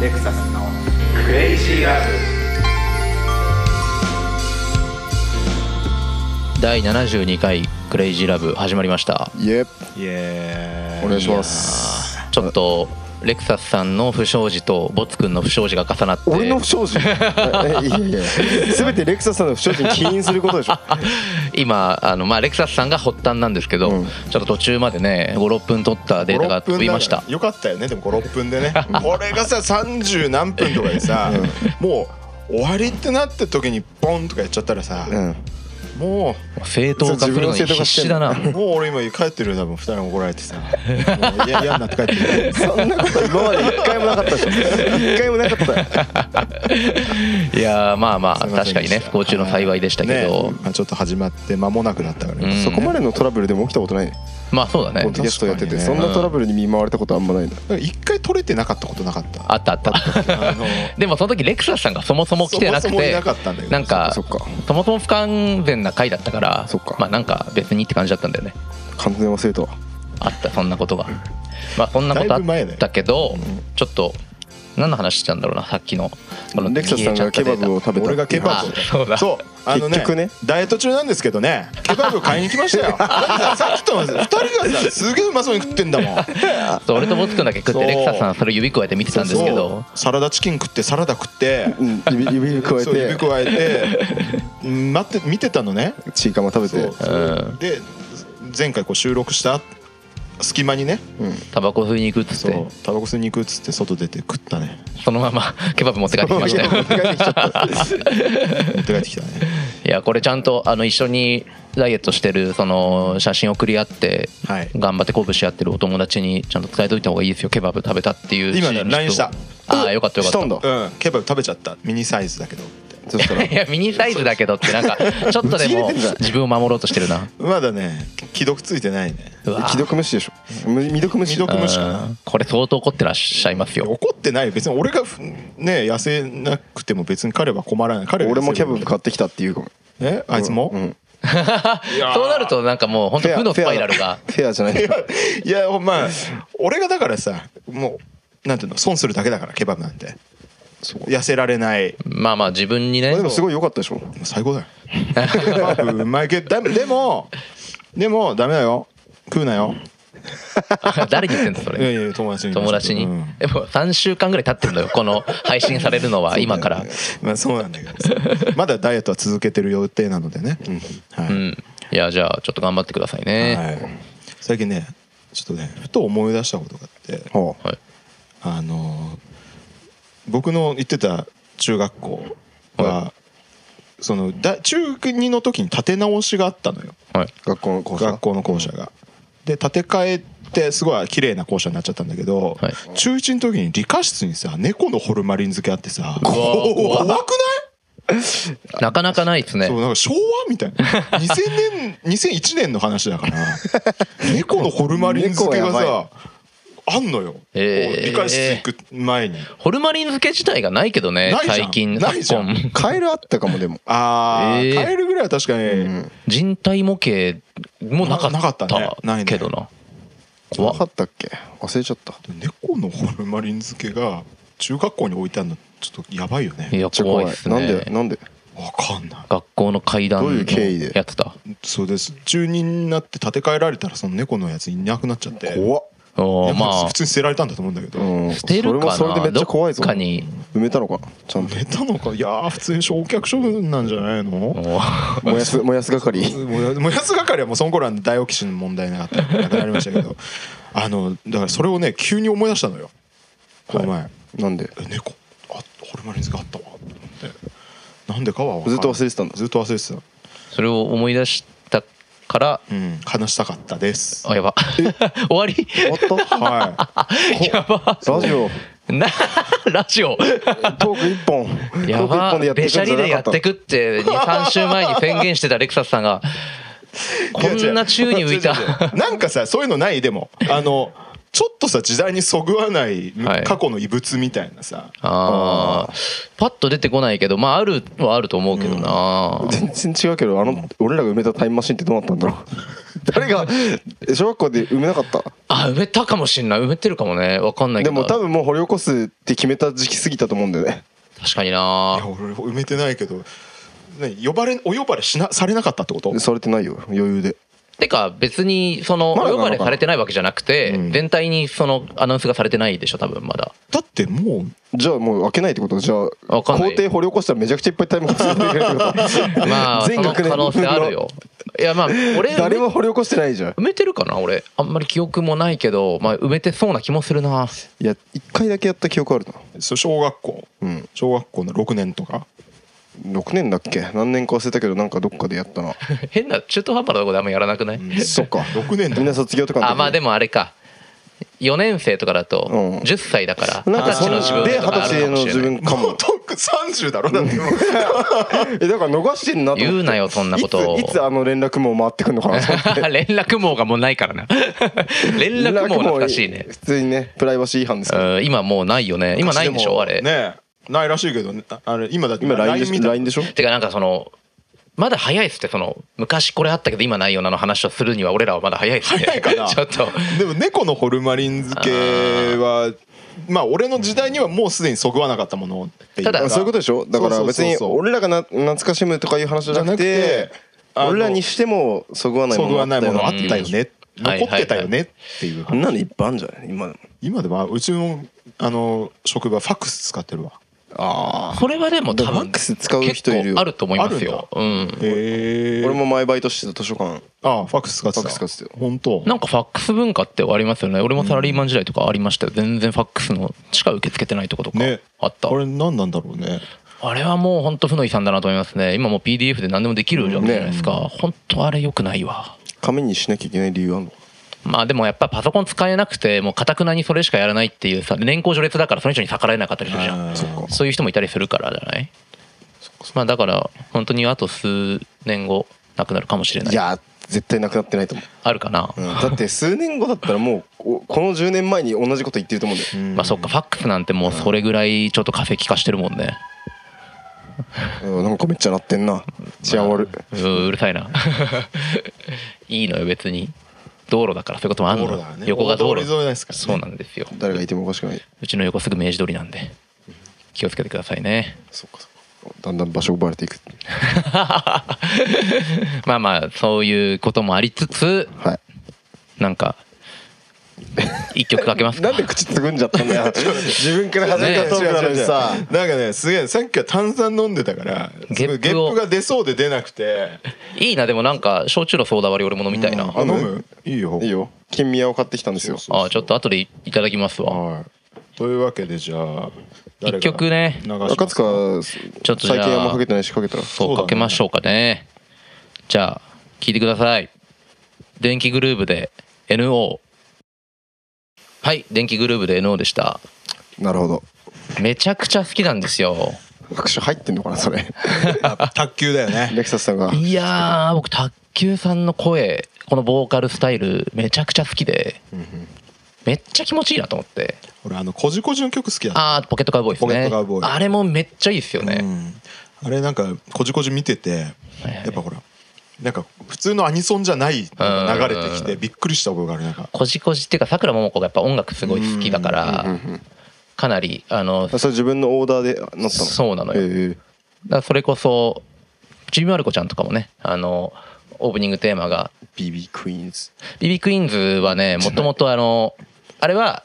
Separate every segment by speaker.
Speaker 1: レクサスの
Speaker 2: クレイジーラブ
Speaker 3: 第72回クレイジーラブ始まりました
Speaker 4: イエ
Speaker 1: イエ
Speaker 4: お願いします
Speaker 3: ちょっとレクサスさんの不祥事とボツくんの不祥事が重なって
Speaker 4: 俺の不祥事いやいやいや全てレクサスさんの不祥事に起因することでしょ
Speaker 3: 今あの、まあ、レクサスさんが発端なんですけど、
Speaker 4: うん
Speaker 3: ちょっと途中までね56分取ったデータが飛びました
Speaker 5: 56分だよかったよねでも56分で ねこれがさ30何分とかでさもう終わりってなった時にポンとかやっちゃったらさ、
Speaker 4: うん
Speaker 5: も
Speaker 3: 正当化するのに
Speaker 4: 自分の正当
Speaker 3: 必
Speaker 4: 化して
Speaker 3: 死
Speaker 4: ん
Speaker 3: だな
Speaker 4: の
Speaker 5: うもう俺今帰ってるよ多分2人も怒られ てさもういや嫌になって帰ってる
Speaker 4: そんなこと今まで一回もなかったでしょ一回もなかったよ
Speaker 3: いやーまあまあ
Speaker 5: すいませ
Speaker 3: 確
Speaker 5: ん
Speaker 3: かにね不幸中の幸いでしたけど、
Speaker 5: ねまあちょっと始まって間もなくだったからね、
Speaker 3: うん
Speaker 4: そこまでのトラブルでも起きたことない
Speaker 3: まあそうだ
Speaker 4: ポ
Speaker 3: ね
Speaker 4: ッドキャストやってて
Speaker 5: 確
Speaker 4: そ
Speaker 5: か
Speaker 4: ん
Speaker 5: に
Speaker 3: ね
Speaker 4: なトラブルに見舞われたことあんまないな
Speaker 5: なんか一回取れてなかったことなかった
Speaker 3: あったあった
Speaker 5: あ の
Speaker 3: でもその時レクサスさんがそもそも来てなくて
Speaker 5: そもそもいなかったんだよ
Speaker 3: なんか
Speaker 4: そっか
Speaker 3: そもそも不完全な回だったから
Speaker 4: そっか
Speaker 3: まあなんか別にって感じだったんだよね
Speaker 4: 完全忘れたわ
Speaker 3: あったそんなことがまあそんなことあ
Speaker 5: だいぶ前だよ
Speaker 3: ったけど、ちょっと何の話してたんだろうなさっきのこの
Speaker 4: レクサスさんがケバブを食べた
Speaker 5: 俺がケバブ
Speaker 3: あそうだ
Speaker 5: そうあのね
Speaker 4: 結局ね
Speaker 5: ダイエット中なんですけどねケバブ買いに来 ましたよだってささっきとの2人がさすげえうまそうに食ってんだもん
Speaker 3: そう俺とボツくんだけ食って
Speaker 5: そう
Speaker 3: レクサスさんはそれ指加えて見てたんですけど
Speaker 5: そうサラダチキン食ってサラダ食って
Speaker 4: うん指指くわえ
Speaker 5: そう
Speaker 4: て
Speaker 5: 指加えて うん待って見てたのね
Speaker 4: チーカマ食べ
Speaker 5: そ
Speaker 4: て
Speaker 5: うそうで前回こう収録した隙間にね
Speaker 3: タバコ吸いに行くっつっ
Speaker 5: そ
Speaker 3: て
Speaker 5: うタバコ吸いに行くっつって外出て食ったね
Speaker 3: そのまま ケバブ持って帰ってきま したよ
Speaker 4: 持って帰ってきちゃった
Speaker 5: 持って帰ってきたね
Speaker 3: いやこれちゃんとあの一緒にダイエットしてるその写真送り合って
Speaker 5: はい
Speaker 3: 頑張って鼓舞し合ってるお友達にちゃんと伝えといた方がいいですよケバブ食べたっていう
Speaker 5: 今ね
Speaker 3: シーンの人
Speaker 5: LINE した
Speaker 3: ああよかったよか
Speaker 4: し
Speaker 3: った
Speaker 4: たんだ
Speaker 5: うんケバブ食べちゃったミニサイズだけどって
Speaker 4: そしたら
Speaker 3: いやミニサイズだけどってなんかちょっとでも
Speaker 4: ぶち切れてんじゃん
Speaker 3: 自分を守ろうとしてるな
Speaker 5: まだね既読ついてないね
Speaker 3: うわ
Speaker 4: 既読無視でしょむ未読無視
Speaker 5: 未読無視かな
Speaker 3: うんこれ相当怒ってらっしゃいますよ
Speaker 5: 怒ってない別に俺がふね痩せなくても別に彼は困らない彼は痩せ
Speaker 4: 俺
Speaker 5: る
Speaker 4: もキャブ買ってきたっていうかも
Speaker 5: えあいつも、
Speaker 4: うん
Speaker 3: そうなるとなんかもう本当負のスパイラルが
Speaker 4: フェアじゃない
Speaker 5: いやまあ俺がだからさもうなんていうの損するだけだからケバブなんて
Speaker 4: そう
Speaker 5: 痩せられない
Speaker 3: まあまあ自分にね
Speaker 4: でもすごい良かったでしょ
Speaker 5: 最高だよケバブうまいけどでもでもでもダメだよ食うなよ
Speaker 3: 誰に言ってんだそ
Speaker 5: いや
Speaker 3: れ
Speaker 5: いや友達に
Speaker 3: 友達に
Speaker 5: うん
Speaker 3: でも3週間ぐらい経ってるのよこの配信されるのは今から
Speaker 5: まあそうなんだけどさまだダイエットは続けてる予定なのでね、はい、
Speaker 3: うんいやじゃあちょっと頑張ってください
Speaker 5: は
Speaker 3: ね
Speaker 5: い、最近ねちょっとねふと思い出したことがあって
Speaker 4: ほ
Speaker 3: はい
Speaker 5: あの僕の行ってた中学校は、そのだ中2の時に立て直しがあったのよ
Speaker 3: はいう
Speaker 4: 学校の校舎
Speaker 5: 学校の校舎が。で建て替えってすごい綺麗な校舎になっちゃったんだけど、
Speaker 3: はい
Speaker 5: 中1の時に理科室にさ猫のホルマリン漬けあってさ
Speaker 3: ー怖
Speaker 5: 怖くない
Speaker 3: なかなかないですね
Speaker 5: そうなんか昭和みたいな2000年2001年の話だから猫のホルマリン漬けが
Speaker 4: 猫やば
Speaker 5: さあんのよ、
Speaker 3: えー
Speaker 5: 理科室行く前に
Speaker 3: ホルマリン漬け自体がないけどね
Speaker 5: ないじゃん
Speaker 3: 最近
Speaker 5: な
Speaker 3: 昨
Speaker 5: いじゃん
Speaker 3: 今
Speaker 4: カエルあったかもでも
Speaker 5: あー、
Speaker 3: えー
Speaker 5: カエルぐらいは確かに、
Speaker 3: 人体模型もなか
Speaker 5: ななかったねない
Speaker 3: った
Speaker 5: ね
Speaker 3: けどな
Speaker 4: わ
Speaker 3: 怖
Speaker 4: かったっけ忘れちゃった
Speaker 5: 猫のホルマリン漬けが中学校に置いてあるのちょっとやばいよ
Speaker 3: い
Speaker 5: ね
Speaker 3: や
Speaker 4: ちょ
Speaker 3: 怖いっすね
Speaker 4: なんでなんで
Speaker 5: わかんない
Speaker 3: 学校の階段
Speaker 4: どういう経緯で
Speaker 3: やってた
Speaker 5: そうです中2になって建て替えられたらその猫のやついなくなっちゃって
Speaker 4: 怖っ
Speaker 3: おー
Speaker 5: いや
Speaker 3: まあ
Speaker 5: 普通に捨てられたんだと思うんだけど、
Speaker 4: うん
Speaker 3: 捨てるかな
Speaker 4: それもそれでめっちゃ怖いぞ
Speaker 3: どっかに
Speaker 4: 埋めたのかなち ゃんと
Speaker 5: 寝たのかいやー普通に焼却処分なんじゃないの
Speaker 3: おー
Speaker 4: 燃やす燃やす係
Speaker 5: 燃や燃やす係はもうその頃は大オキシの問題なかったからなくなりましたけどあのだからそれをね急に思い出したのよこの前、
Speaker 4: なんで
Speaker 5: え猫あホルマリンズがあったわと思ってなんでかは分かん
Speaker 4: ず
Speaker 5: ない
Speaker 4: っと忘れてたんだ
Speaker 5: ずっと忘れてた
Speaker 3: それを思い出したから
Speaker 5: うん話したかった です
Speaker 3: あやば 終わり
Speaker 4: 終わっ
Speaker 5: は
Speaker 3: やば
Speaker 4: たラジオ
Speaker 3: なラジオ
Speaker 4: トーク一本
Speaker 3: や
Speaker 4: トーク一
Speaker 3: ば
Speaker 4: 本でやって
Speaker 3: べ
Speaker 4: い
Speaker 3: しゃ
Speaker 4: くんじ
Speaker 3: り
Speaker 4: ゃ
Speaker 3: でや
Speaker 4: な
Speaker 3: っ
Speaker 4: か
Speaker 3: て
Speaker 4: った
Speaker 3: くって23週前に宣言してたレクサスさんがこんな宙に浮いた
Speaker 5: いなんかさそういうのないでもあのちょっとさ時代にそぐわない
Speaker 3: はい
Speaker 5: 過去の遺物みたいなさ、
Speaker 3: あーパッと出てこないけどまああるはあると思うけどな、
Speaker 4: 全然違うけど あの俺らが埋めたタイムマシンってどうなったんだろう誰がえ小学校で埋めなかった
Speaker 3: ああ埋めたかもしんない埋めてるかもねわかんないけ
Speaker 4: で
Speaker 3: ど
Speaker 4: も多分もう掘り起こすって決めた時期過ぎたと思うんだよね
Speaker 3: 確かにない
Speaker 5: や俺埋めてないけど何呼ばれお呼ばれしなされなかったってこと
Speaker 4: されてないよ余裕で
Speaker 3: てか別にそのお
Speaker 4: まだな
Speaker 3: 呼
Speaker 4: のか
Speaker 3: ばれ
Speaker 4: な
Speaker 3: されてないわけじゃなくて
Speaker 5: うん
Speaker 3: 全体にそのアナウンスがされてないでしょ多分まだ
Speaker 5: だってもう
Speaker 4: じゃあもう開けないってことじゃあ
Speaker 3: わかんない
Speaker 4: 校庭掘り起こしたらめちゃくちゃいっぱいタイムカプセル出てくるってこと
Speaker 3: まあそ
Speaker 4: 全
Speaker 3: の
Speaker 4: 学年
Speaker 3: 可能性あるよいやまあ俺
Speaker 4: 誰も掘り起こしてないじゃん
Speaker 3: 埋めてるかな俺あんまり記憶もないけど、まあ、埋めてそうな気もするない
Speaker 4: や一回だけやった記憶あるな
Speaker 5: そう小学校
Speaker 4: うん
Speaker 5: 小学校の6年とか
Speaker 4: 6年だっけ何年か忘れたけどなんかどっかで やったな
Speaker 3: 変な中途半端なとこであんまやらなくない、
Speaker 4: そっか
Speaker 5: 6年
Speaker 4: みん
Speaker 5: だ
Speaker 4: な卒業とかの時
Speaker 3: あまあでもあれか4年生とかだと
Speaker 4: うん
Speaker 3: 10歳だから
Speaker 4: なん
Speaker 3: 二
Speaker 4: か
Speaker 3: 十歳
Speaker 4: そ
Speaker 3: の
Speaker 4: の
Speaker 3: 自分
Speaker 4: で
Speaker 3: とか
Speaker 4: 二
Speaker 3: あ
Speaker 4: 十
Speaker 3: る
Speaker 4: 歳
Speaker 3: かも
Speaker 4: の
Speaker 3: しれ
Speaker 4: 自
Speaker 3: ない
Speaker 4: 分か
Speaker 5: もう
Speaker 4: も
Speaker 5: とっく30だろだ ってもう
Speaker 4: えだから逃してんなと思って
Speaker 3: 言うなよそんなことを
Speaker 4: いついつあの連絡も回ってくんのかなと思って
Speaker 3: 連絡網がもうないからな 連絡網懐かしいね
Speaker 4: 普通にねプライバシー違反ですけど
Speaker 3: うん今もうないよね今ないんでしょあれ
Speaker 5: ねえないらしいけどねああれ今だって
Speaker 4: 今 LINE でし
Speaker 5: LINE みたい
Speaker 4: LINE でしょ
Speaker 3: てかなんかそのまだ早いっすってその昔これあったけど今ないよなの話をするには俺らはまだ早いっすね
Speaker 5: 早いか な
Speaker 3: ちょっと
Speaker 5: でも猫のホルマリン漬けはまあ俺の時代にはもうすでにそぐわなかったものっていう
Speaker 3: ただ
Speaker 5: か
Speaker 4: あそういうことでしょだから
Speaker 5: そうそう
Speaker 4: 別
Speaker 5: そう
Speaker 4: に
Speaker 5: そう
Speaker 4: 俺らがな懐かしむとかいう話じゃなくて
Speaker 5: じゃなくてあの
Speaker 4: 俺らにしてもそぐわない
Speaker 5: そ
Speaker 4: も
Speaker 5: ぐ
Speaker 4: の
Speaker 5: わないものあっ
Speaker 4: よ
Speaker 5: たよね
Speaker 3: うんはい
Speaker 5: 残ってたよねっていう
Speaker 4: あんなのいっぱいあるんじゃない今でも
Speaker 5: 今ではうちのあの職場ファックス使ってるわ
Speaker 4: あ
Speaker 3: それはでも多
Speaker 4: でもマ
Speaker 3: 分
Speaker 4: ックス使う人いるよ
Speaker 3: 結構あると思いますようん
Speaker 5: へえ
Speaker 4: 俺も前バイトしてた図書館
Speaker 5: ああファックス使ってた
Speaker 4: ファックス使ってた
Speaker 5: 本当
Speaker 3: なんかファックス文化ってありますよね俺もサラリーマン時代とかありましたよ全然ファックスのしか受け付けてないとことか
Speaker 5: ね
Speaker 3: あった、
Speaker 5: これ何なんだろうね
Speaker 3: あれはもう本当負の遺産だなと思いますね今もう PDF で何でもできるわけじゃないですか、本当あれ良くないわ
Speaker 4: 紙にしなきゃいけない理由あんの
Speaker 3: まあでもやっぱパソコン使えなくてもうかたくなにそれしかやらないっていうさ年功序列だからその人に逆らえなかったりするじゃん
Speaker 5: あー
Speaker 4: そっか
Speaker 3: そういう人もいたりするからじゃないまあだから本当にあと数年後なくなるかもしれない
Speaker 4: いや絶対なくなってないと思う
Speaker 3: あるかな、
Speaker 4: うんだって数年後だったらもうおこの10年前に同じこと言ってると思うんだよ
Speaker 3: まあそっかファックスなんてもうそれぐらいちょっと化石化してるもんね
Speaker 4: うんなんかめっちゃなってんな治安悪
Speaker 3: うーうるさ いないいのよ別に道路だからそういうこともあんの
Speaker 5: 道路だからね
Speaker 3: 横が道
Speaker 5: 大
Speaker 3: 路
Speaker 5: 通り沿いですからね
Speaker 3: そうなんですよ
Speaker 4: 誰がいてもおかしくないう
Speaker 3: ちの横すぐ明治通りなんで気をつけてくださいね
Speaker 4: そっかそっかだんだん場所奪われていく
Speaker 3: まあまあそういうこともありつつ
Speaker 4: はい
Speaker 3: なんか一曲かけますか
Speaker 4: なんで口つぐんじゃったんだよ自分から始めたトークなのにさ
Speaker 5: なんかねすげえさっきは炭酸飲んでたから
Speaker 3: ゲップを
Speaker 5: ゲップが出そうで出なくて
Speaker 3: いいなでもなんか焼酎のソーダ割り俺も飲みたいな、
Speaker 5: あ飲むいいよ
Speaker 4: いいよ金宮を買ってきたんですよ
Speaker 3: あちょっと後でいただきますわ
Speaker 5: はいというわけでじゃあ
Speaker 3: 一曲ね
Speaker 5: 流します
Speaker 4: 赤塚
Speaker 3: ちょっとじゃあ
Speaker 4: 最近あんまかけてないしかけたら
Speaker 3: そう
Speaker 5: そうだね
Speaker 3: かけましょうかねじゃあ聞いてください電気グルーブで NO はい電気グルーブで NO でした
Speaker 4: なるほど
Speaker 3: めちゃくちゃ好きなんですよ
Speaker 4: 拍手入ってんのかな それ
Speaker 5: あ卓球だよね
Speaker 4: レクサスさんが
Speaker 3: いやー僕卓球さんの声このボーカルスタイルめちゃくちゃ好きでめっちゃ気持ちいいなと思って
Speaker 5: 俺あのこじこじの曲好きだった
Speaker 3: ああポケットカウボーイですね
Speaker 5: ポケットカウボーイ
Speaker 3: あれもめっちゃいいですよ
Speaker 5: う
Speaker 3: ね、
Speaker 5: んあれなんかこじこじ見てて
Speaker 3: はいはい
Speaker 5: やっぱほらなんか普通のアニソンじゃないのが流れてきてびっくりした覚えがあるなんか
Speaker 3: こじこじっていうかさくらももこがやっぱ音楽すごい好きだからかなりあの
Speaker 4: あそれ自分のオーダーでなったの
Speaker 3: そうなのよ
Speaker 4: え
Speaker 3: だからそれこそちびまる子ちゃんとかもねあのオープニングテーマが
Speaker 4: え BB クイーンズ
Speaker 3: ビビクイーンズはねもともとあのあれは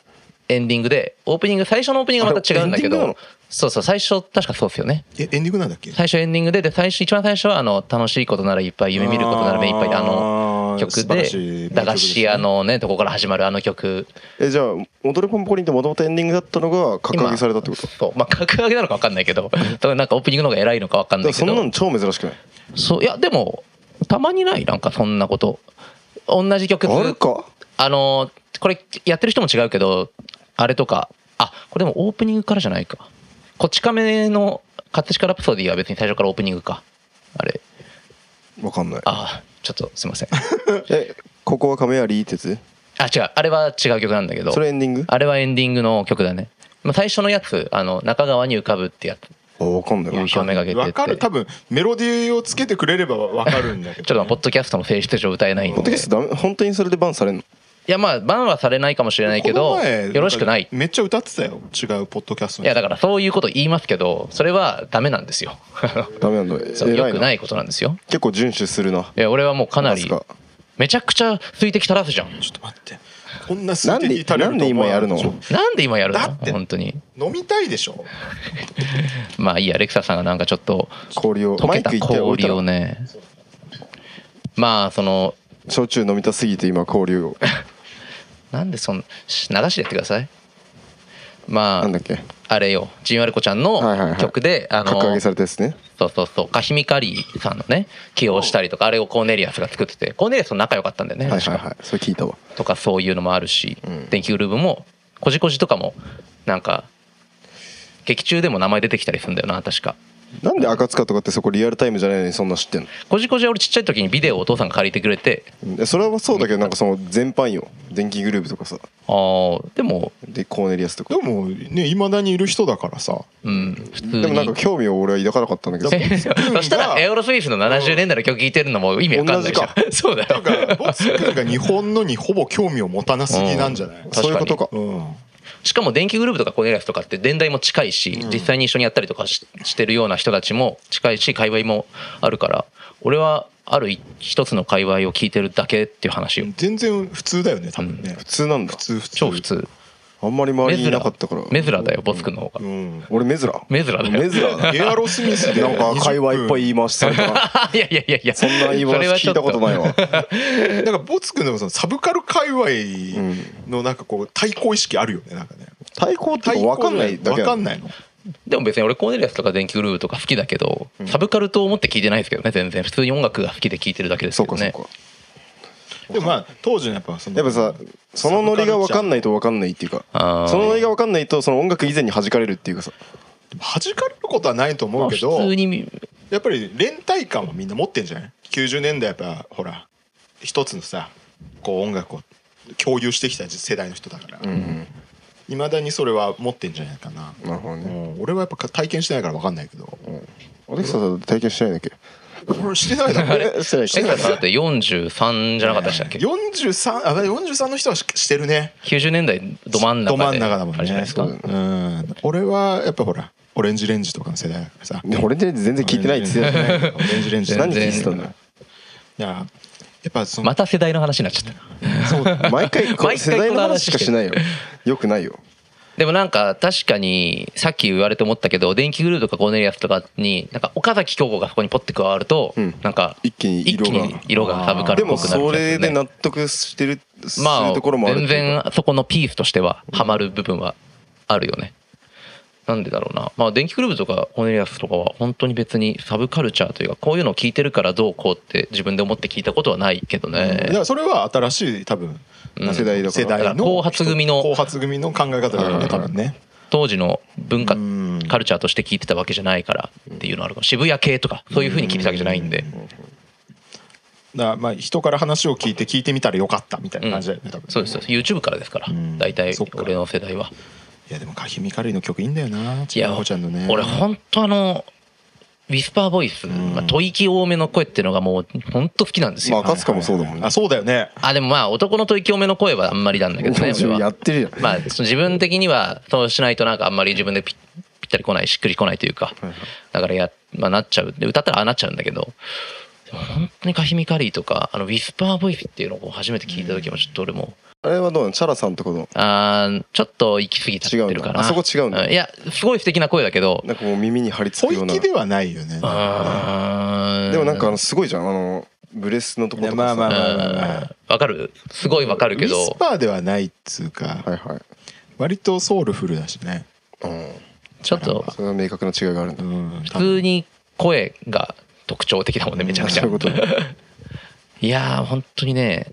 Speaker 3: エンディングでオープニング最初のオープニングはまた違うんだけ
Speaker 4: あれエンディン
Speaker 3: ど
Speaker 4: グなの
Speaker 3: そうそう最初確かそうですよね
Speaker 5: えエンディングなんだっけ
Speaker 3: 最初エンディングでで最初一番最初はあの楽しいことならいっぱい夢見ることなら目いっぱいであの
Speaker 5: あー
Speaker 3: 曲
Speaker 5: 素晴ら
Speaker 3: で
Speaker 5: しい名曲ですね
Speaker 3: 駄菓子屋のねとこから始まるあの曲
Speaker 4: えじゃあ「踊るポンポリン」ってもともとエンディングだったのが格上げされたってことだか
Speaker 3: そうまあ格上げなのか分かんないけ どだからなんかオープニングの方が偉いのか分かんな
Speaker 4: ら
Speaker 3: いけ
Speaker 4: そん
Speaker 3: ど
Speaker 4: なの超珍しくない
Speaker 3: そういやでもたまにないなんかそんなこと同じ曲ずっ
Speaker 4: あるか
Speaker 3: あのーこれやってる人も違うけどあれとかあこれでもオープニングからじゃないかこっち亀の「葛飾ラプソディ」は別に最初からオープニングかあれ
Speaker 4: わかんない
Speaker 3: あちょっとすいません
Speaker 4: えここは亀有ってやつ
Speaker 3: あ違うあれは違う曲なんだけど
Speaker 4: それエンディング
Speaker 3: あれはエンディングの曲だね、まあ、最初のやつあの中川に浮かぶってやつ
Speaker 4: あわかんない
Speaker 3: 優勝めがけてって
Speaker 5: わかる
Speaker 3: ちょ
Speaker 5: 多分メロディーをつけてくれればわかるんだけ
Speaker 3: っと
Speaker 5: ど
Speaker 3: まあポッドキャストの性質上歌えないん
Speaker 4: ポッドキャ
Speaker 3: で
Speaker 4: ストダメ本当にそれでバンされんの
Speaker 3: いやまあバンはされないかもしれないけ
Speaker 5: こ
Speaker 3: ど
Speaker 5: の前
Speaker 3: よろしくない
Speaker 5: んかめっちゃ歌ってたよ違うポッドキャスト
Speaker 3: い
Speaker 5: の
Speaker 3: やだ
Speaker 5: 人
Speaker 3: からそういうこと言いますけどそれはダメなんですよ
Speaker 4: ダメなんだ
Speaker 3: そう
Speaker 4: 偉
Speaker 3: 良
Speaker 4: い
Speaker 3: く
Speaker 4: な
Speaker 3: ないことなんですよ
Speaker 4: 結構遵守するない
Speaker 3: や俺はもうかな
Speaker 4: マ
Speaker 3: り
Speaker 4: ジか
Speaker 3: めちゃくちゃ水滴垂らすじゃん
Speaker 5: ちょっと待ってこんな数的に足りると思わ
Speaker 4: なんでなんで今やるの
Speaker 5: ちょ
Speaker 3: なんで今やるの
Speaker 5: だって
Speaker 3: 本当に
Speaker 5: 飲みたいでしょ
Speaker 3: まあいいやレクサさんがなんかちょっと
Speaker 4: 氷を
Speaker 3: 溶
Speaker 4: マ
Speaker 3: け
Speaker 4: イ
Speaker 3: た
Speaker 4: ク一回置い
Speaker 3: 氷
Speaker 4: たら
Speaker 3: をねまあその
Speaker 4: 焼酎飲みたすぎて今氷を
Speaker 3: なんでそんし流してやってくださいま
Speaker 4: なんだ
Speaker 3: あ
Speaker 4: っけ
Speaker 3: あれよじんわる子ちゃんの
Speaker 4: はいはいはい
Speaker 3: 曲であの
Speaker 4: 格上げされたやつね
Speaker 3: そうそうそうカヒミカリーさんのね起用したりとかあれをコーネリアスが作っててコーネリアスと仲良かったんだよね、
Speaker 4: はい
Speaker 3: 確
Speaker 4: はい
Speaker 3: か
Speaker 4: はいそれ聞いたわ
Speaker 3: とかそういうのもあるし、
Speaker 4: うん
Speaker 3: 電気グルーブもこじこじとかもなんか劇中でも名前出てきたりするんだよな確か
Speaker 4: なんで赤塚とかってそこリアルタイムじゃないのにそんな知ってんの
Speaker 3: こじこじは俺ちっちゃい時にビデオをお父さんが借りてくれて
Speaker 4: いやそれはそうだけどなんかその全般よ電気グループとかさ
Speaker 3: あーでも
Speaker 4: でコーネリアスと
Speaker 5: で
Speaker 4: か
Speaker 5: もねいまだにいる人だからさ
Speaker 3: うん普通に
Speaker 4: でもなんか興味を俺は抱かなかったんだけど
Speaker 3: そしたらエアロスミスの70年代の曲聴いてるのも意味わかんないじゃんそうだ
Speaker 5: だ
Speaker 3: よ
Speaker 5: からボツ君が日本のにほぼ興味を持たなすぎなんじゃない、
Speaker 3: うん
Speaker 4: そういうことか
Speaker 5: うん
Speaker 3: しかも電気グループとかコネラスとかって年代も近いし、実際に一緒にやったりとかししてるような人たちも近いし界隈もあるから俺はある一つの界隈を聞いてるだけっていう話よ
Speaker 5: 全然普通だよね多分ね、
Speaker 4: 普通なんだ
Speaker 5: 普通普通
Speaker 3: 超普通
Speaker 4: あんまり周
Speaker 3: メ
Speaker 4: りに
Speaker 3: ズ
Speaker 4: いな
Speaker 3: ラ
Speaker 4: かったから
Speaker 3: メズラだよボス君の方が、
Speaker 5: うん
Speaker 4: 俺メズラ
Speaker 3: メズラだよ
Speaker 4: メズラだ
Speaker 5: エアロスミス で
Speaker 4: なんか会話いっぱい言い回しされたな
Speaker 3: いやいやいやいや
Speaker 4: そんな言い
Speaker 3: それは
Speaker 4: 回し
Speaker 3: ちょっ
Speaker 4: 聞いたことないわ
Speaker 5: 20分なんかボツ君のそのサブカル界隈のなんかこう対抗意識あるよねなんかね
Speaker 4: 対抗っていうか分かんないだけ
Speaker 5: 分
Speaker 4: なの
Speaker 5: かんないの
Speaker 3: でも別に俺コーネリアスとか電気グルーブとか好きだけど、サブカルと思って聞いてないですけどね全然普通に音楽が好きで聞いてるだけです
Speaker 4: そ
Speaker 3: け
Speaker 4: う
Speaker 3: ど
Speaker 4: かそう
Speaker 3: ね
Speaker 4: か
Speaker 5: でもまあ当時のやっぱその
Speaker 4: やっぱさそのノリが分かんないと分かんないっていうか
Speaker 3: あー
Speaker 4: そのノリが分かんないとその音楽以前に弾かれるっていうかさ
Speaker 5: 弾かれることはないと
Speaker 3: ま
Speaker 5: 思
Speaker 3: あ
Speaker 5: うけ
Speaker 3: 普
Speaker 5: ど、
Speaker 3: 通に
Speaker 5: やっぱり連帯感はみんな持ってんじゃない90年代やっぱほら一つのさこう音楽を共有してきた世代の人だから
Speaker 4: うん
Speaker 5: いま、未だにそれは持ってんじゃないかな、
Speaker 4: なるほど
Speaker 5: う
Speaker 4: ね
Speaker 5: ん、俺はやっぱ体験してないから分かんないけど、
Speaker 4: アレクサさん体験してないんだっけ
Speaker 5: 俺してない だろ
Speaker 4: えしてない
Speaker 3: エクサさんだって43じゃなかったでしたっけ
Speaker 5: 43あ43の人はししてるね
Speaker 3: 90年代ど真ん中
Speaker 5: ど
Speaker 3: で
Speaker 5: 真ん中だもん
Speaker 3: あれじゃない
Speaker 5: ね
Speaker 3: ですか、
Speaker 5: そううん俺はやっぱほらオレンジレンジとかの世代だからさ
Speaker 4: で俺で全然聞いてないって言ってたじゃん
Speaker 5: オレンジレンジ
Speaker 4: 何
Speaker 3: 全然
Speaker 4: 聞いてたんだよ
Speaker 5: いややっぱその
Speaker 3: また世代の話になっちゃった
Speaker 4: 毎回こ
Speaker 3: 毎回
Speaker 4: う世代の話しか
Speaker 3: こ
Speaker 4: し
Speaker 3: の
Speaker 4: ないよよくないよ
Speaker 3: でもなんか確かにさっき言われて思ったけど電気グルーとかコーネリアスとかになんか岡崎京子がそこにポッて加わると
Speaker 4: うん
Speaker 3: なんか
Speaker 4: 一気に色が
Speaker 3: 一気に色がサブカル
Speaker 4: で
Speaker 3: っぽ
Speaker 4: も
Speaker 3: くなる気が
Speaker 4: そ
Speaker 3: す
Speaker 4: れ
Speaker 3: る
Speaker 4: で
Speaker 3: ね
Speaker 4: 納得してるす
Speaker 3: ま
Speaker 4: るところもあ
Speaker 3: あ
Speaker 4: る
Speaker 3: 全然そこのピースとしてはハマる部分はあるよねなんでだろうなまあ電気グループとかコーネリアスとかは本当に別にサブカルチャーというかこういうのを聞いてるからどうこうって自分で思って聞いたことはないけど
Speaker 5: だか
Speaker 3: ね
Speaker 5: らそれは新しい多分
Speaker 3: うん
Speaker 4: 世代だから
Speaker 5: 世代の
Speaker 3: 後発組の
Speaker 5: 後発組の考え方だからね多分ね
Speaker 3: 当時の文化
Speaker 5: うん
Speaker 3: カルチャーとして聞いてたわけじゃないからっていうのはあるかも渋谷系とかそういうふうに聞いてたわけじゃないんで
Speaker 5: だからまあ人から話を聞いて聞いてみたらよかったみたいな感じだよね多分
Speaker 3: そうですそうです YouTube からですから
Speaker 5: ん
Speaker 3: 大体
Speaker 5: そっか
Speaker 3: 俺の世代はい
Speaker 5: やでもカヒミカリーの曲いいんだよなちなほちゃんのね
Speaker 3: 俺本当あのウィスパーボイス、まあ、吐息多めの声っていうのがもう本当好きなんです
Speaker 4: まあ
Speaker 3: よ、
Speaker 4: 赤塚もそうだもんね
Speaker 5: あそうだよね
Speaker 3: あでもまあ男の吐息多めの声はあんまりなんだけどね
Speaker 4: 自分
Speaker 3: 俺
Speaker 4: や
Speaker 3: は
Speaker 4: ってるじゃん
Speaker 3: まあその自分的にはそうしないとなんかあんまり自分でぴぴったりこないしっくりこないというかだからや、まあ、なっちゃうで歌ったらああなっちゃうんだけどでも本当にカヒミカリーとかあのウィスパーボイスっていうのをこう初めて聞いた時もちょっと俺も
Speaker 4: あれはどうなのチャラさんとかの
Speaker 3: あーちょっと行き過ぎちゃってるかな
Speaker 4: 違うんだあそこ違うんだ
Speaker 3: いやすごい素敵な声だけど
Speaker 4: なんかもう耳に張り付
Speaker 5: 小
Speaker 4: くような
Speaker 5: 池
Speaker 4: で
Speaker 5: ではないよね
Speaker 3: あー
Speaker 4: もなんかあのすごいじゃんあのブレスのところとかさ
Speaker 5: いやまあまあ
Speaker 3: わかるすごいわかるけ
Speaker 5: ウィス
Speaker 3: ど
Speaker 5: パーではないっつうか
Speaker 4: はいはい
Speaker 5: 割とソウルフルだしね
Speaker 3: ちょっと
Speaker 4: それは明確な違いがあるんだ
Speaker 5: うん
Speaker 3: 普通に声が特徴的だもんねめちゃくちゃ
Speaker 4: そういうことね
Speaker 3: いやー本当にね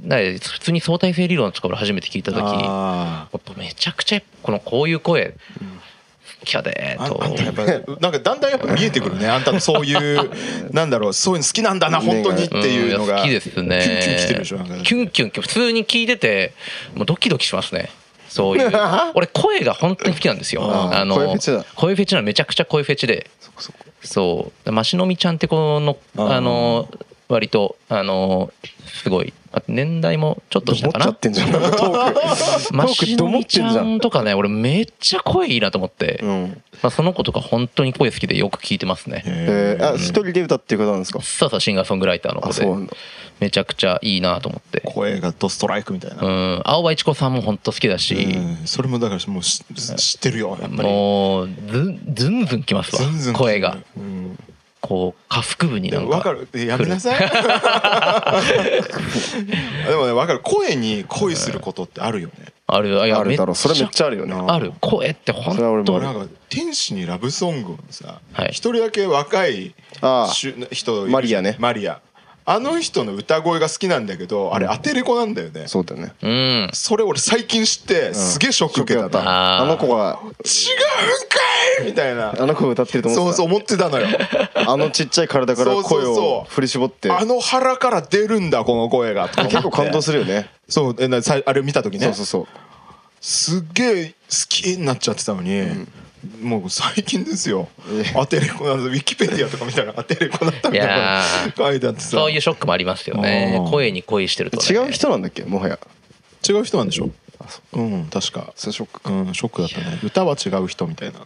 Speaker 3: だから普通に相対性理論とか俺初めて聞いた時や
Speaker 5: あ
Speaker 3: っぱめちゃくちゃこのこういう声好きやで
Speaker 5: ーあ
Speaker 3: ーと
Speaker 5: あんたやっぱなんかだんだんやっぱ見えてくるねあんたのそういう なんだろうそういうの好きなんだな本当にっていうの
Speaker 3: んや
Speaker 5: が
Speaker 3: 好きですね
Speaker 5: キュンキュン来てるでしょなんか
Speaker 3: キュンキュンきてる普通に聞いててもうドキドキしますねそう いう俺声が本当に好きなんですよ
Speaker 4: あー
Speaker 3: あの
Speaker 4: 声フェチだ
Speaker 3: 声フェチなのめちゃくちゃ声フェチで
Speaker 4: そっかそっか
Speaker 3: そう、マシノミちゃんってこの、
Speaker 5: あー
Speaker 3: あの、割と、あの、すごいあと年代もちょっと
Speaker 4: ど
Speaker 3: 下
Speaker 4: もっ
Speaker 3: か
Speaker 4: ちゃ
Speaker 3: な
Speaker 4: ってんじ ゃんなんかトーク
Speaker 3: まあ、
Speaker 4: トーク
Speaker 3: し
Speaker 4: ども
Speaker 3: の
Speaker 4: っ
Speaker 3: り
Speaker 4: て
Speaker 3: ち
Speaker 4: んじゃ
Speaker 3: ゃ
Speaker 4: ん
Speaker 3: んとかね俺めっちゃ声いいなと思って、
Speaker 5: うん
Speaker 3: まあ、その子とか本当に声好きでよく聞いてますね
Speaker 4: えーあ一人で歌ってる方なんですか
Speaker 3: さあさあシンガーソングライターの
Speaker 4: あ
Speaker 3: 子
Speaker 4: そうな
Speaker 3: で
Speaker 4: んだ
Speaker 3: めちゃくちゃいいなと思って
Speaker 5: 声がドストライクみたいな、
Speaker 3: うん青葉一子さんも本当好きだし、
Speaker 5: うんそれもだからもうし知ってるよやっぱり
Speaker 3: もうずんずんずんきますわ
Speaker 5: ずんずん
Speaker 3: 声が
Speaker 5: うん
Speaker 3: こう下腹部に
Speaker 5: で
Speaker 3: なん
Speaker 5: も
Speaker 3: か
Speaker 5: 分かるやめなさい でもね分かる声に恋することってあるよね
Speaker 3: あるいや
Speaker 4: あるだろうそれめっちゃあ
Speaker 3: る
Speaker 4: るよね
Speaker 5: な
Speaker 3: ある声って本
Speaker 4: それは俺
Speaker 3: 当
Speaker 4: もあ
Speaker 5: なん
Speaker 4: る
Speaker 5: か天使にラブソングをさ
Speaker 3: はい
Speaker 5: 一人だけ若い
Speaker 4: ああ
Speaker 5: しゅ人いる
Speaker 4: マリアね
Speaker 5: マリアあの人の歌声が好きなんだけどあれアテレコなんだよね
Speaker 4: そうだよね
Speaker 3: うん
Speaker 5: それ俺最近知ってすげえショック受け
Speaker 4: シ
Speaker 5: た
Speaker 4: ョックだった
Speaker 3: あー
Speaker 4: あの子が
Speaker 5: 違うんかいみたいな
Speaker 4: あの子が歌ってると
Speaker 5: そ
Speaker 4: 思
Speaker 5: う
Speaker 4: って
Speaker 5: そう
Speaker 4: た
Speaker 5: 思ってたの よ
Speaker 4: あのちっちゃい体から
Speaker 5: そうそ
Speaker 4: 声
Speaker 5: うそう
Speaker 4: を振り絞って
Speaker 5: あの腹から出るんだこの声がと思って
Speaker 4: 結構感動するよね
Speaker 5: そうえなさあれ見た時ね
Speaker 4: そうそうそう
Speaker 5: すっげえ好きになっちゃってたのに、もう最近ですよ
Speaker 4: ええ
Speaker 5: アテレコなんてウィキペディアとか見たらアテレコだったみたい
Speaker 3: いや
Speaker 5: な
Speaker 3: ー
Speaker 5: 書いてあってさ
Speaker 3: そういうショックもありますよね
Speaker 5: あー
Speaker 3: 声に恋してると、ね、
Speaker 4: 違う人なんだっけもはや
Speaker 5: 違う人なんでしょうん確か
Speaker 4: それショック
Speaker 5: うんショックだったね歌は違う人みたいな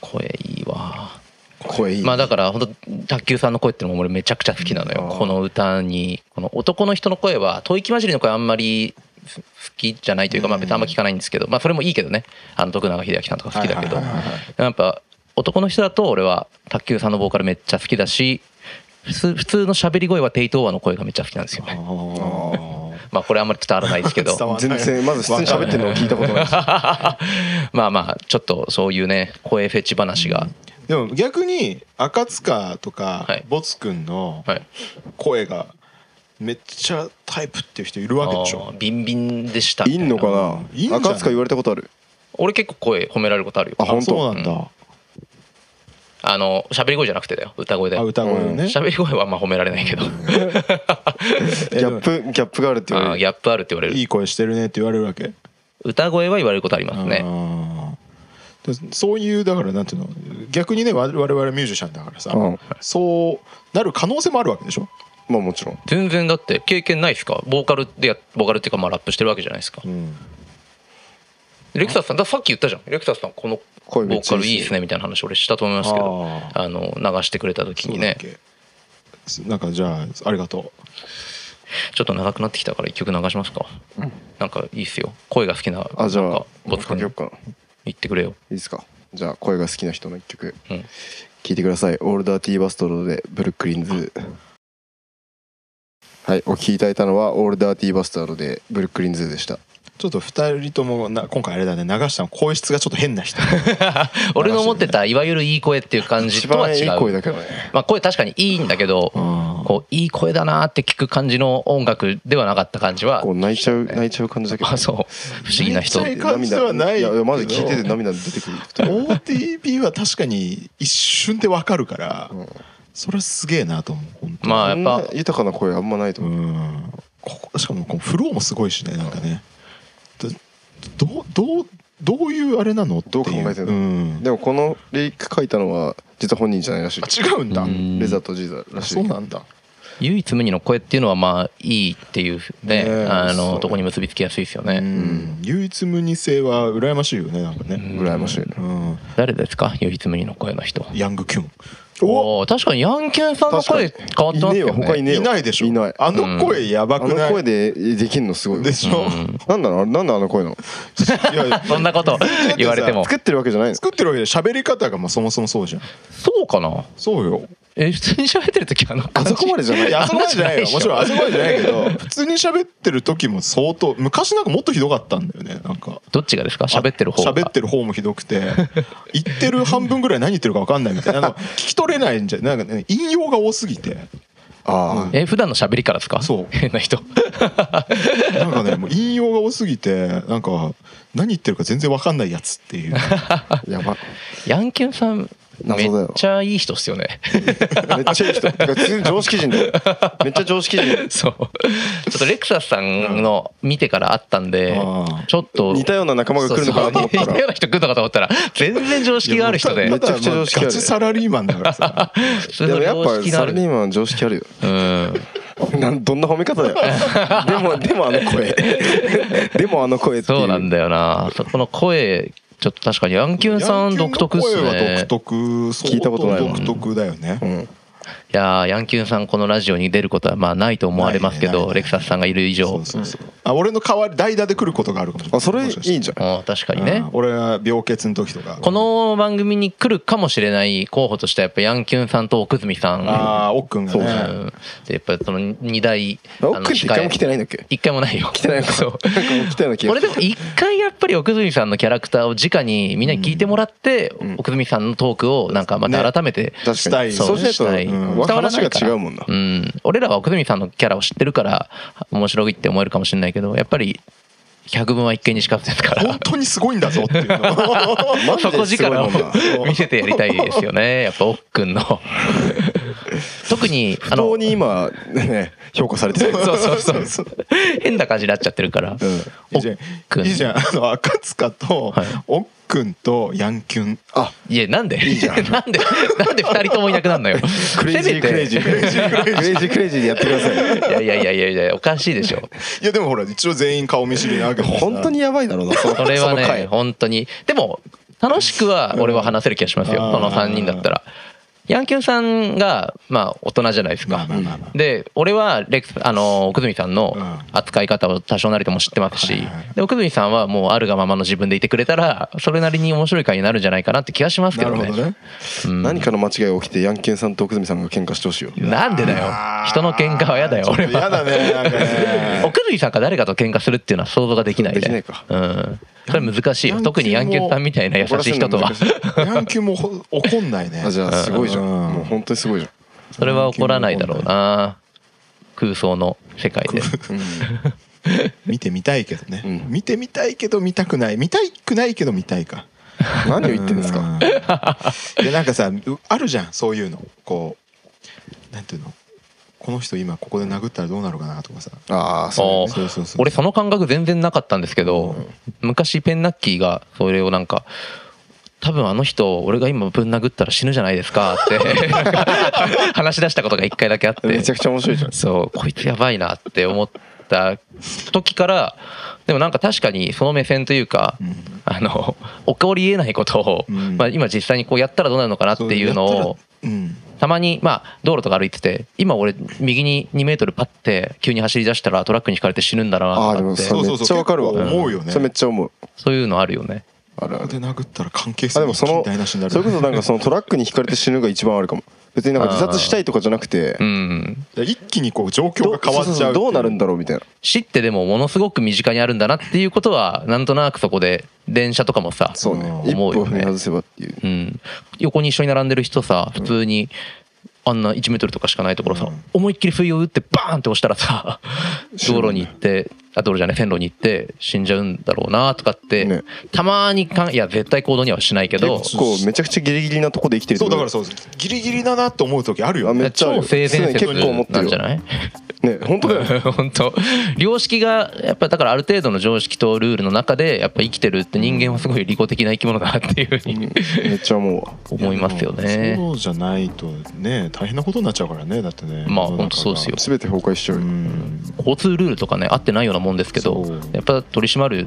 Speaker 3: 声いいわ
Speaker 4: 声いい
Speaker 3: まあだから本当卓球さんの声ってのも俺めちゃくちゃ好きなのよこの歌にこの男の人の声は吐息混じりの声あんまり好きじゃないというかまあ別にあんま聞かないんですけどまあそれもいいけどねあの徳永英明さんとか好きだけど
Speaker 5: はいはいはいはい
Speaker 3: やっぱ男の人だと俺は卓球さんのボーカルめっちゃ好きだし普通普通の喋り声はテイトーワの声がめっちゃ好きなんですよねまあこれあんまり伝わらないですけど
Speaker 5: 伝わん
Speaker 4: 全然まず普通に喋ってるのを聞いた ことないし
Speaker 3: まあまあちょっとそういうね声フェチ話が
Speaker 5: でも逆に赤塚とか
Speaker 3: はい
Speaker 5: ボツくんの
Speaker 3: はい
Speaker 5: 声がめっちゃタイプっていう人いるわけでし
Speaker 3: あ
Speaker 5: ょ
Speaker 3: ービンビンでしたみ
Speaker 4: い
Speaker 3: たいなん
Speaker 4: のか
Speaker 5: いいんじ
Speaker 4: な
Speaker 5: ゃない
Speaker 4: 赤塚言われたことある
Speaker 3: 俺結構声褒められることあるよ
Speaker 4: あ本当
Speaker 5: そうなんだ、
Speaker 3: あの喋り声じゃなくてだよ歌声で
Speaker 5: あ歌声ね、
Speaker 3: 喋り声はあんま褒められない けど
Speaker 4: ギャップギャップがあるって言わ
Speaker 3: あー
Speaker 4: れ
Speaker 3: ギ
Speaker 4: る
Speaker 3: ャップあるって言われ
Speaker 5: い
Speaker 3: る
Speaker 5: い声してるねって言われるわけ
Speaker 3: 歌声は言われることありますね
Speaker 5: あーでそういうだからなんていうの逆にねわ我々ミュージシャンだからさ、
Speaker 4: うん
Speaker 5: そうなる可能性もあるわけでしょ、
Speaker 4: まあもちろん
Speaker 3: 全然だって経験ないですかボーカルでやボーカルっていうかまあラップしてるわけじゃないですかレクサスさんだからさっき言ったじゃんレクサスさんこのボ
Speaker 4: 声めっ
Speaker 3: ー
Speaker 4: ちゃ
Speaker 3: カル
Speaker 4: いいし
Speaker 3: いいですねみたいな話俺したと思いますけどあの流してくれた時
Speaker 5: そう
Speaker 3: に
Speaker 5: だっ
Speaker 3: ね
Speaker 5: けなんかじゃあありがと
Speaker 3: ちょっと長くなってきたから一曲流しますかなんかいいっすよ声が好きな
Speaker 4: あじゃ
Speaker 3: なん
Speaker 4: あ
Speaker 3: かボツ
Speaker 4: か
Speaker 3: 君
Speaker 4: けよう
Speaker 3: 言
Speaker 4: かない
Speaker 3: ってくれよ
Speaker 4: いですかじゃあ声が好きな人の一曲
Speaker 3: うん
Speaker 4: 聴いてください「オールダーティーバストロード」で「ブルックリンズ」はいお聴きいただいたのは「オールダーティーバストロード」で「ブルックリンズ」でした
Speaker 5: うちょっと2人ともな今回あれだね流したの声質がちょっと変な人
Speaker 3: 俺の思ってたいわゆるいい声っていう感じ
Speaker 4: 一
Speaker 3: とは
Speaker 4: 番
Speaker 3: 違
Speaker 4: いいう声だけどね
Speaker 3: まあ、声確かにいいんだけど、
Speaker 5: ん
Speaker 3: こういい声だなって聞く感じの音楽ではなかった感じは
Speaker 4: こう泣いちゃう泣いちゃう感じだけど
Speaker 3: まあそう不思議な人
Speaker 5: 泣いちゃう感じではない
Speaker 4: いやいやマジ聞いてて涙出てくる
Speaker 5: OTP は確かに一瞬でわかるから、それはすげえなと思う本当に
Speaker 3: まあ
Speaker 4: あ
Speaker 3: や
Speaker 4: や
Speaker 3: っ
Speaker 4: っ
Speaker 3: ぱ
Speaker 4: ぱ豊かな声あんまないと
Speaker 5: う
Speaker 4: 思うん
Speaker 5: ここしかもこのフローもすごいしねなんかねどどうどうどういうあれなのってい
Speaker 4: どう考えてるの
Speaker 5: うん
Speaker 4: でもこのリリック書いたのは実は本人じゃないらしい
Speaker 5: あ違うんだ、
Speaker 4: レザーとジーザーらしい
Speaker 5: そうなんだ
Speaker 3: 唯一無二の声っていうのはまあいいっていうね
Speaker 5: ねえ
Speaker 3: あ
Speaker 5: そう
Speaker 3: の
Speaker 5: ね
Speaker 3: とこに結びつきやすいですよ
Speaker 5: う
Speaker 3: ね、
Speaker 5: ん唯一無二性は羨ましいよねなんかね、
Speaker 4: 羨ましいね
Speaker 5: うん、
Speaker 3: 誰ですか唯一無二の声の人
Speaker 5: ヤングキュン
Speaker 3: おお確かにヤンキュンさんの声
Speaker 4: 確
Speaker 3: 変わってますよ
Speaker 4: いねえわ他
Speaker 3: ね
Speaker 4: いねえよ
Speaker 5: いないでしょ
Speaker 4: いない
Speaker 5: あの声やば
Speaker 4: あ
Speaker 5: く
Speaker 4: の
Speaker 5: ない、
Speaker 4: 声でできるのすごい
Speaker 5: でしょ、
Speaker 4: なんだろうあれなんだあの声なの
Speaker 5: いやいや
Speaker 3: そんな こと言われても
Speaker 4: 作ってるわけじゃないの
Speaker 5: 作ってるわけで喋り方がまあそもそもそうじゃん
Speaker 3: そうかな
Speaker 5: そうよ
Speaker 3: え普通に喋ってる時あの
Speaker 4: あ
Speaker 3: 感じ
Speaker 4: そこまでじゃない
Speaker 5: いやあそこまでじゃない
Speaker 3: あ
Speaker 5: よ
Speaker 3: ん
Speaker 5: も
Speaker 3: ま
Speaker 5: ち
Speaker 3: じゃ
Speaker 5: ろ
Speaker 3: な
Speaker 5: んあ
Speaker 3: いでしょ
Speaker 5: そこまでじゃないけど普通に喋ってる時も相当昔なんかもっとひどかったんだよねなんか
Speaker 3: どっちがですか喋ってる方が
Speaker 5: 喋ってる方もひどくて言ってる半分ぐらい何言ってるか分かんないみたいなあの聞き取れないんじゃなんかね引用が多すぎて
Speaker 4: あ
Speaker 3: え普段の喋りからですか
Speaker 5: そう
Speaker 3: 変な人
Speaker 5: なんかねもう引用が多すぎてなんか何言ってるか全然分かんないやつっていう
Speaker 4: あやば
Speaker 3: ヤンキュンさんめ
Speaker 4: 謎だよ
Speaker 3: っちゃいい人っすよね
Speaker 4: めっちゃいい人てか普通に常識 人だよめっちゃ常識人
Speaker 3: そう。ちょっとレクサスさんの見てからあったんで
Speaker 5: ああ、
Speaker 3: ちょっと。
Speaker 4: 似たような仲間が来るのかなと思った
Speaker 3: そうそう似たよ
Speaker 4: ら
Speaker 3: うな人来るのかと思ったら、全然常識がある人で
Speaker 5: いやもう。
Speaker 4: めち
Speaker 5: た
Speaker 4: ゃくちゃ常識ある
Speaker 5: ガチサラリーマンだからさ
Speaker 3: 普通
Speaker 4: で
Speaker 3: の
Speaker 4: もやっ
Speaker 3: 常
Speaker 4: ぱ
Speaker 3: 識が
Speaker 4: サ
Speaker 3: あ
Speaker 4: ラ
Speaker 3: る
Speaker 4: リーマンは常識あるよ
Speaker 3: うん。
Speaker 4: なんどんな褒め方だよ でもでもあの声でもあの声っていう
Speaker 3: そうなんだよなそこの声ちょっと確かにヤンキュン さん独特っす
Speaker 5: ヤンキュンの声は
Speaker 3: ね
Speaker 5: 独特
Speaker 4: 聞いたことない
Speaker 5: 相当独特だよね、
Speaker 4: うん
Speaker 3: いやーヤンキュンさんこのラジオに出ることはまあないと思われますけ
Speaker 5: ないね
Speaker 3: ど、
Speaker 5: ないね
Speaker 3: レクサスさんがいる以
Speaker 5: そ
Speaker 3: 上
Speaker 5: うそうそうあ俺の代わり代打で来ることがあるかもしれない
Speaker 4: あそれい
Speaker 5: も
Speaker 4: い
Speaker 5: しかして
Speaker 4: じゃん
Speaker 3: あー確かにね
Speaker 5: うん俺は病欠の時とか
Speaker 3: この番組に来るかもしれない候補としてはやっぱヤンキュンさんと奥住さん
Speaker 5: ああ奥君が
Speaker 3: う
Speaker 5: ね
Speaker 3: んでやっぱりその2台
Speaker 4: 奥って一回も来て
Speaker 3: い
Speaker 4: ないんだっけ
Speaker 3: 一回もないよ来
Speaker 4: てないの か
Speaker 3: そう
Speaker 4: なんか来たような気が
Speaker 3: 俺でも一回やっぱり奥住さんのキャラクターを直にみんなに聞いてもらって、奥住さんのトークをなんかまた改めて、
Speaker 4: 確
Speaker 5: した
Speaker 4: か
Speaker 5: い
Speaker 4: にそうしないと
Speaker 3: したい
Speaker 4: うん
Speaker 3: 伝わら
Speaker 4: 話
Speaker 3: な
Speaker 4: が
Speaker 3: いから
Speaker 4: 違うもんな
Speaker 3: うん、俺らは奥住さんのキャラを知ってるから面白いって思えるかもしれないけどやっぱり100分は一見にしかずですから
Speaker 5: 本当にすごいんだぞっていうの
Speaker 4: マジ
Speaker 3: 底
Speaker 4: ですごい
Speaker 3: 力
Speaker 4: も
Speaker 3: を
Speaker 4: んな
Speaker 3: 見せてやりたいですよねやっぱ奥君 の特に
Speaker 4: 不当に今ね評価されてる
Speaker 3: そうそうそう変な感じになっちゃってるから、
Speaker 5: いいじゃん
Speaker 3: 奥
Speaker 5: いいじゃんあの赤塚と
Speaker 3: はい
Speaker 5: 奥君とヤンキュンあ
Speaker 3: いやなんでなんでなんで2人ともいなくなるのよ
Speaker 4: クレイジークレ イジークレイジークレイジークレイジーでやってください
Speaker 3: いやいやいやいやいやおかしいでしょ
Speaker 5: いやでもほら一応全員顔見知りなわけだから
Speaker 4: 本当にやばいだろうなその
Speaker 3: それは
Speaker 4: その回
Speaker 3: ね本当にでも楽しくは俺は話せる気がしますよ、
Speaker 5: うん
Speaker 3: その3人だったら。ヤンキュンさんがまあ大人じゃないですか、
Speaker 5: まあまあまあまあ
Speaker 3: で俺はレックスあの奥住さんの
Speaker 5: うん
Speaker 3: 扱い方を多少なりとも知ってますし、で奥住さんはもうあるがままの自分でいてくれたらそれなりに面白い回になるんじゃないかなって気がしますけ
Speaker 5: な
Speaker 3: ど
Speaker 5: るほ
Speaker 3: ね
Speaker 5: どね
Speaker 3: うん
Speaker 4: 何かの間違いが起きてヤンケンさんと奥住さんが喧嘩してほしいよ
Speaker 3: なんでだよ人の喧嘩は嫌だよ
Speaker 5: ちょっと
Speaker 3: 俺は
Speaker 5: 嫌だねなんかね
Speaker 3: 奥住さんが誰かと喧嘩するっていうのは想像ができないね
Speaker 4: できないか
Speaker 3: うん、それ難しいよ特にヤンキュンさんみたいな優しい人とは
Speaker 5: ヤンキュンもほ怒んないね
Speaker 4: あじゃあすごいじゃん
Speaker 5: うん
Speaker 4: もう本当にすごいじゃん
Speaker 3: それは怒らないだろうな空想の世界で
Speaker 5: 見てみたいけどね、
Speaker 4: うん
Speaker 5: 見てみたいけど見たくない見たくないけど見たいか
Speaker 4: 何を言ってんですか
Speaker 5: うんでなんかさうあるじゃんそういうのこうなんていうのこの人今ここで殴ったらどうなるかなとかさ
Speaker 4: ああ
Speaker 3: お
Speaker 4: そう
Speaker 5: そうそうそう
Speaker 3: 俺その感覚全然なかったんですけど昔ペンナッキーがそれをなんか多分あの人俺が今ぶん殴ったら死ぬじゃないですか ってなんか話し出したことが一回だけあって
Speaker 4: ねめちゃくちゃ面白いじゃん
Speaker 3: そうこいつやばいなって思った時からでもなんか確かにその目線というか、あの起こりえないことを、
Speaker 5: うん
Speaker 3: まあ、今実際にこうやったらどうなるのかなっていうの
Speaker 5: そう
Speaker 3: を
Speaker 5: やったらうん
Speaker 3: たまにまあ道路とか歩いてて今俺右に2メートルパッて急に走り出したらトラックにひかれて死ぬんだ
Speaker 4: あ
Speaker 3: な
Speaker 4: あで
Speaker 3: とか
Speaker 4: も
Speaker 3: って
Speaker 4: そ
Speaker 3: そう
Speaker 4: れめっちゃわかるわ
Speaker 5: そうそうそう結構思うよね
Speaker 4: んそれめっちゃ思う
Speaker 3: いうのあるよね
Speaker 4: あるあ
Speaker 5: ここ
Speaker 4: る
Speaker 5: で殴ったら関係性
Speaker 4: あで
Speaker 5: が
Speaker 4: もその
Speaker 5: 近
Speaker 4: そ
Speaker 5: 代なしにな
Speaker 4: れ
Speaker 5: る
Speaker 4: こそなんかそのトラックにひかれて死ぬが一番あるかも別になんか自殺したいとかじゃなくて
Speaker 3: うん
Speaker 5: 一気にこう状況が変わっちゃ
Speaker 4: ど
Speaker 5: う
Speaker 4: そそどうなるんだろうみたいな
Speaker 3: 死ってでもものすごく身近にあるんだなっていうことはなんとなくそこで電車とかもさ
Speaker 4: そうね一
Speaker 3: 思
Speaker 4: 歩
Speaker 3: うよ
Speaker 4: 踏み
Speaker 3: ね
Speaker 4: 外せばっていう
Speaker 3: うん、横に一緒に並んでる人さ普通にあんな1メートルとかしかないところさ、思いっきり不意を打ってバーンって押したら さ道路に行ってあ道路じゃない線路に行って死んじゃうんだろうなとかって、
Speaker 4: ね
Speaker 3: たまにかんいや絶対行動にはしないけど
Speaker 4: 結構めちゃくちゃギリギリなとこで生きてる
Speaker 5: そうだから
Speaker 4: そ
Speaker 5: そうギリギリだなと思う時あるよ
Speaker 4: あめ
Speaker 5: ね
Speaker 4: っちゃある
Speaker 3: 超
Speaker 4: よ
Speaker 3: 性善
Speaker 4: 常に
Speaker 3: 説
Speaker 4: 結構思ってる
Speaker 3: なん
Speaker 4: よ
Speaker 3: じゃない
Speaker 4: ね本当だよ ね
Speaker 3: 本当良識がやっぱだからある程度の常識とルールの中でやっぱ生きてるって人間はすごい利己的な生き物だなっていうふうに
Speaker 4: めっちゃ思うわ
Speaker 3: 思いますよ
Speaker 5: いやで
Speaker 3: ね。
Speaker 5: もそうじゃないとね大変なことになっちゃうからねだってね
Speaker 3: まあ
Speaker 5: 世の中が
Speaker 3: 本当そうですよ
Speaker 4: 全て崩壊しちゃう
Speaker 5: う
Speaker 4: よ
Speaker 5: ん
Speaker 3: 交通ルールとかね合ってないようなもんですけど
Speaker 5: そう
Speaker 3: やっぱ取り締まるっ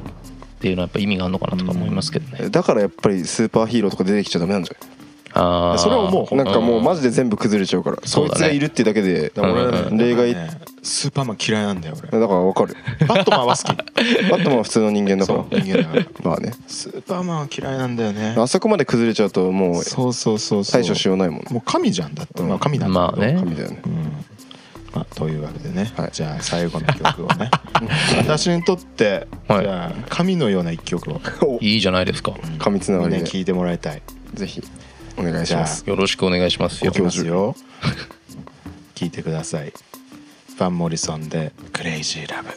Speaker 3: ていうのはやっぱ意味があるのかなとか思いますけどね、
Speaker 4: えだからやっぱりスーパーヒーローとか出てきちゃダメなんじゃない
Speaker 3: ああ
Speaker 5: それは思う
Speaker 4: なんかもう
Speaker 3: ま
Speaker 4: マジで全部崩れちゃうから
Speaker 3: そ
Speaker 4: そうい
Speaker 3: だね
Speaker 4: つがいるってだけで
Speaker 5: だから俺
Speaker 4: うん例外
Speaker 5: ねスーパーマン嫌いなんだよ
Speaker 4: だ
Speaker 5: 俺
Speaker 4: からわかる
Speaker 5: バットマンは好き
Speaker 4: バットマンは普通の人間だか
Speaker 5: そう
Speaker 4: ら
Speaker 5: 人間だから
Speaker 4: まあね
Speaker 5: スーパーマンは嫌いなんだよね
Speaker 4: あそこまで崩れちゃうともう
Speaker 5: そうそうそうそう
Speaker 4: 対処しようないもん
Speaker 5: もう神じゃんだって、まあ神なんだ
Speaker 3: まあね
Speaker 4: 神だよね
Speaker 5: まあ、というわけでね、
Speaker 4: はい
Speaker 5: じゃあ最後の曲をね私にとって、
Speaker 3: はい
Speaker 5: じゃあ神のような一曲を
Speaker 3: いいじゃないですか
Speaker 4: 神つな
Speaker 5: み
Speaker 4: が
Speaker 5: んな
Speaker 4: り
Speaker 5: に
Speaker 4: で
Speaker 5: 聴いてもらいたい
Speaker 4: ぜひお願いします
Speaker 3: よろしくお願いします
Speaker 5: い
Speaker 3: よ
Speaker 5: きますよ 聴いてくださいファン・モリソンで「クレイジー・ラブ」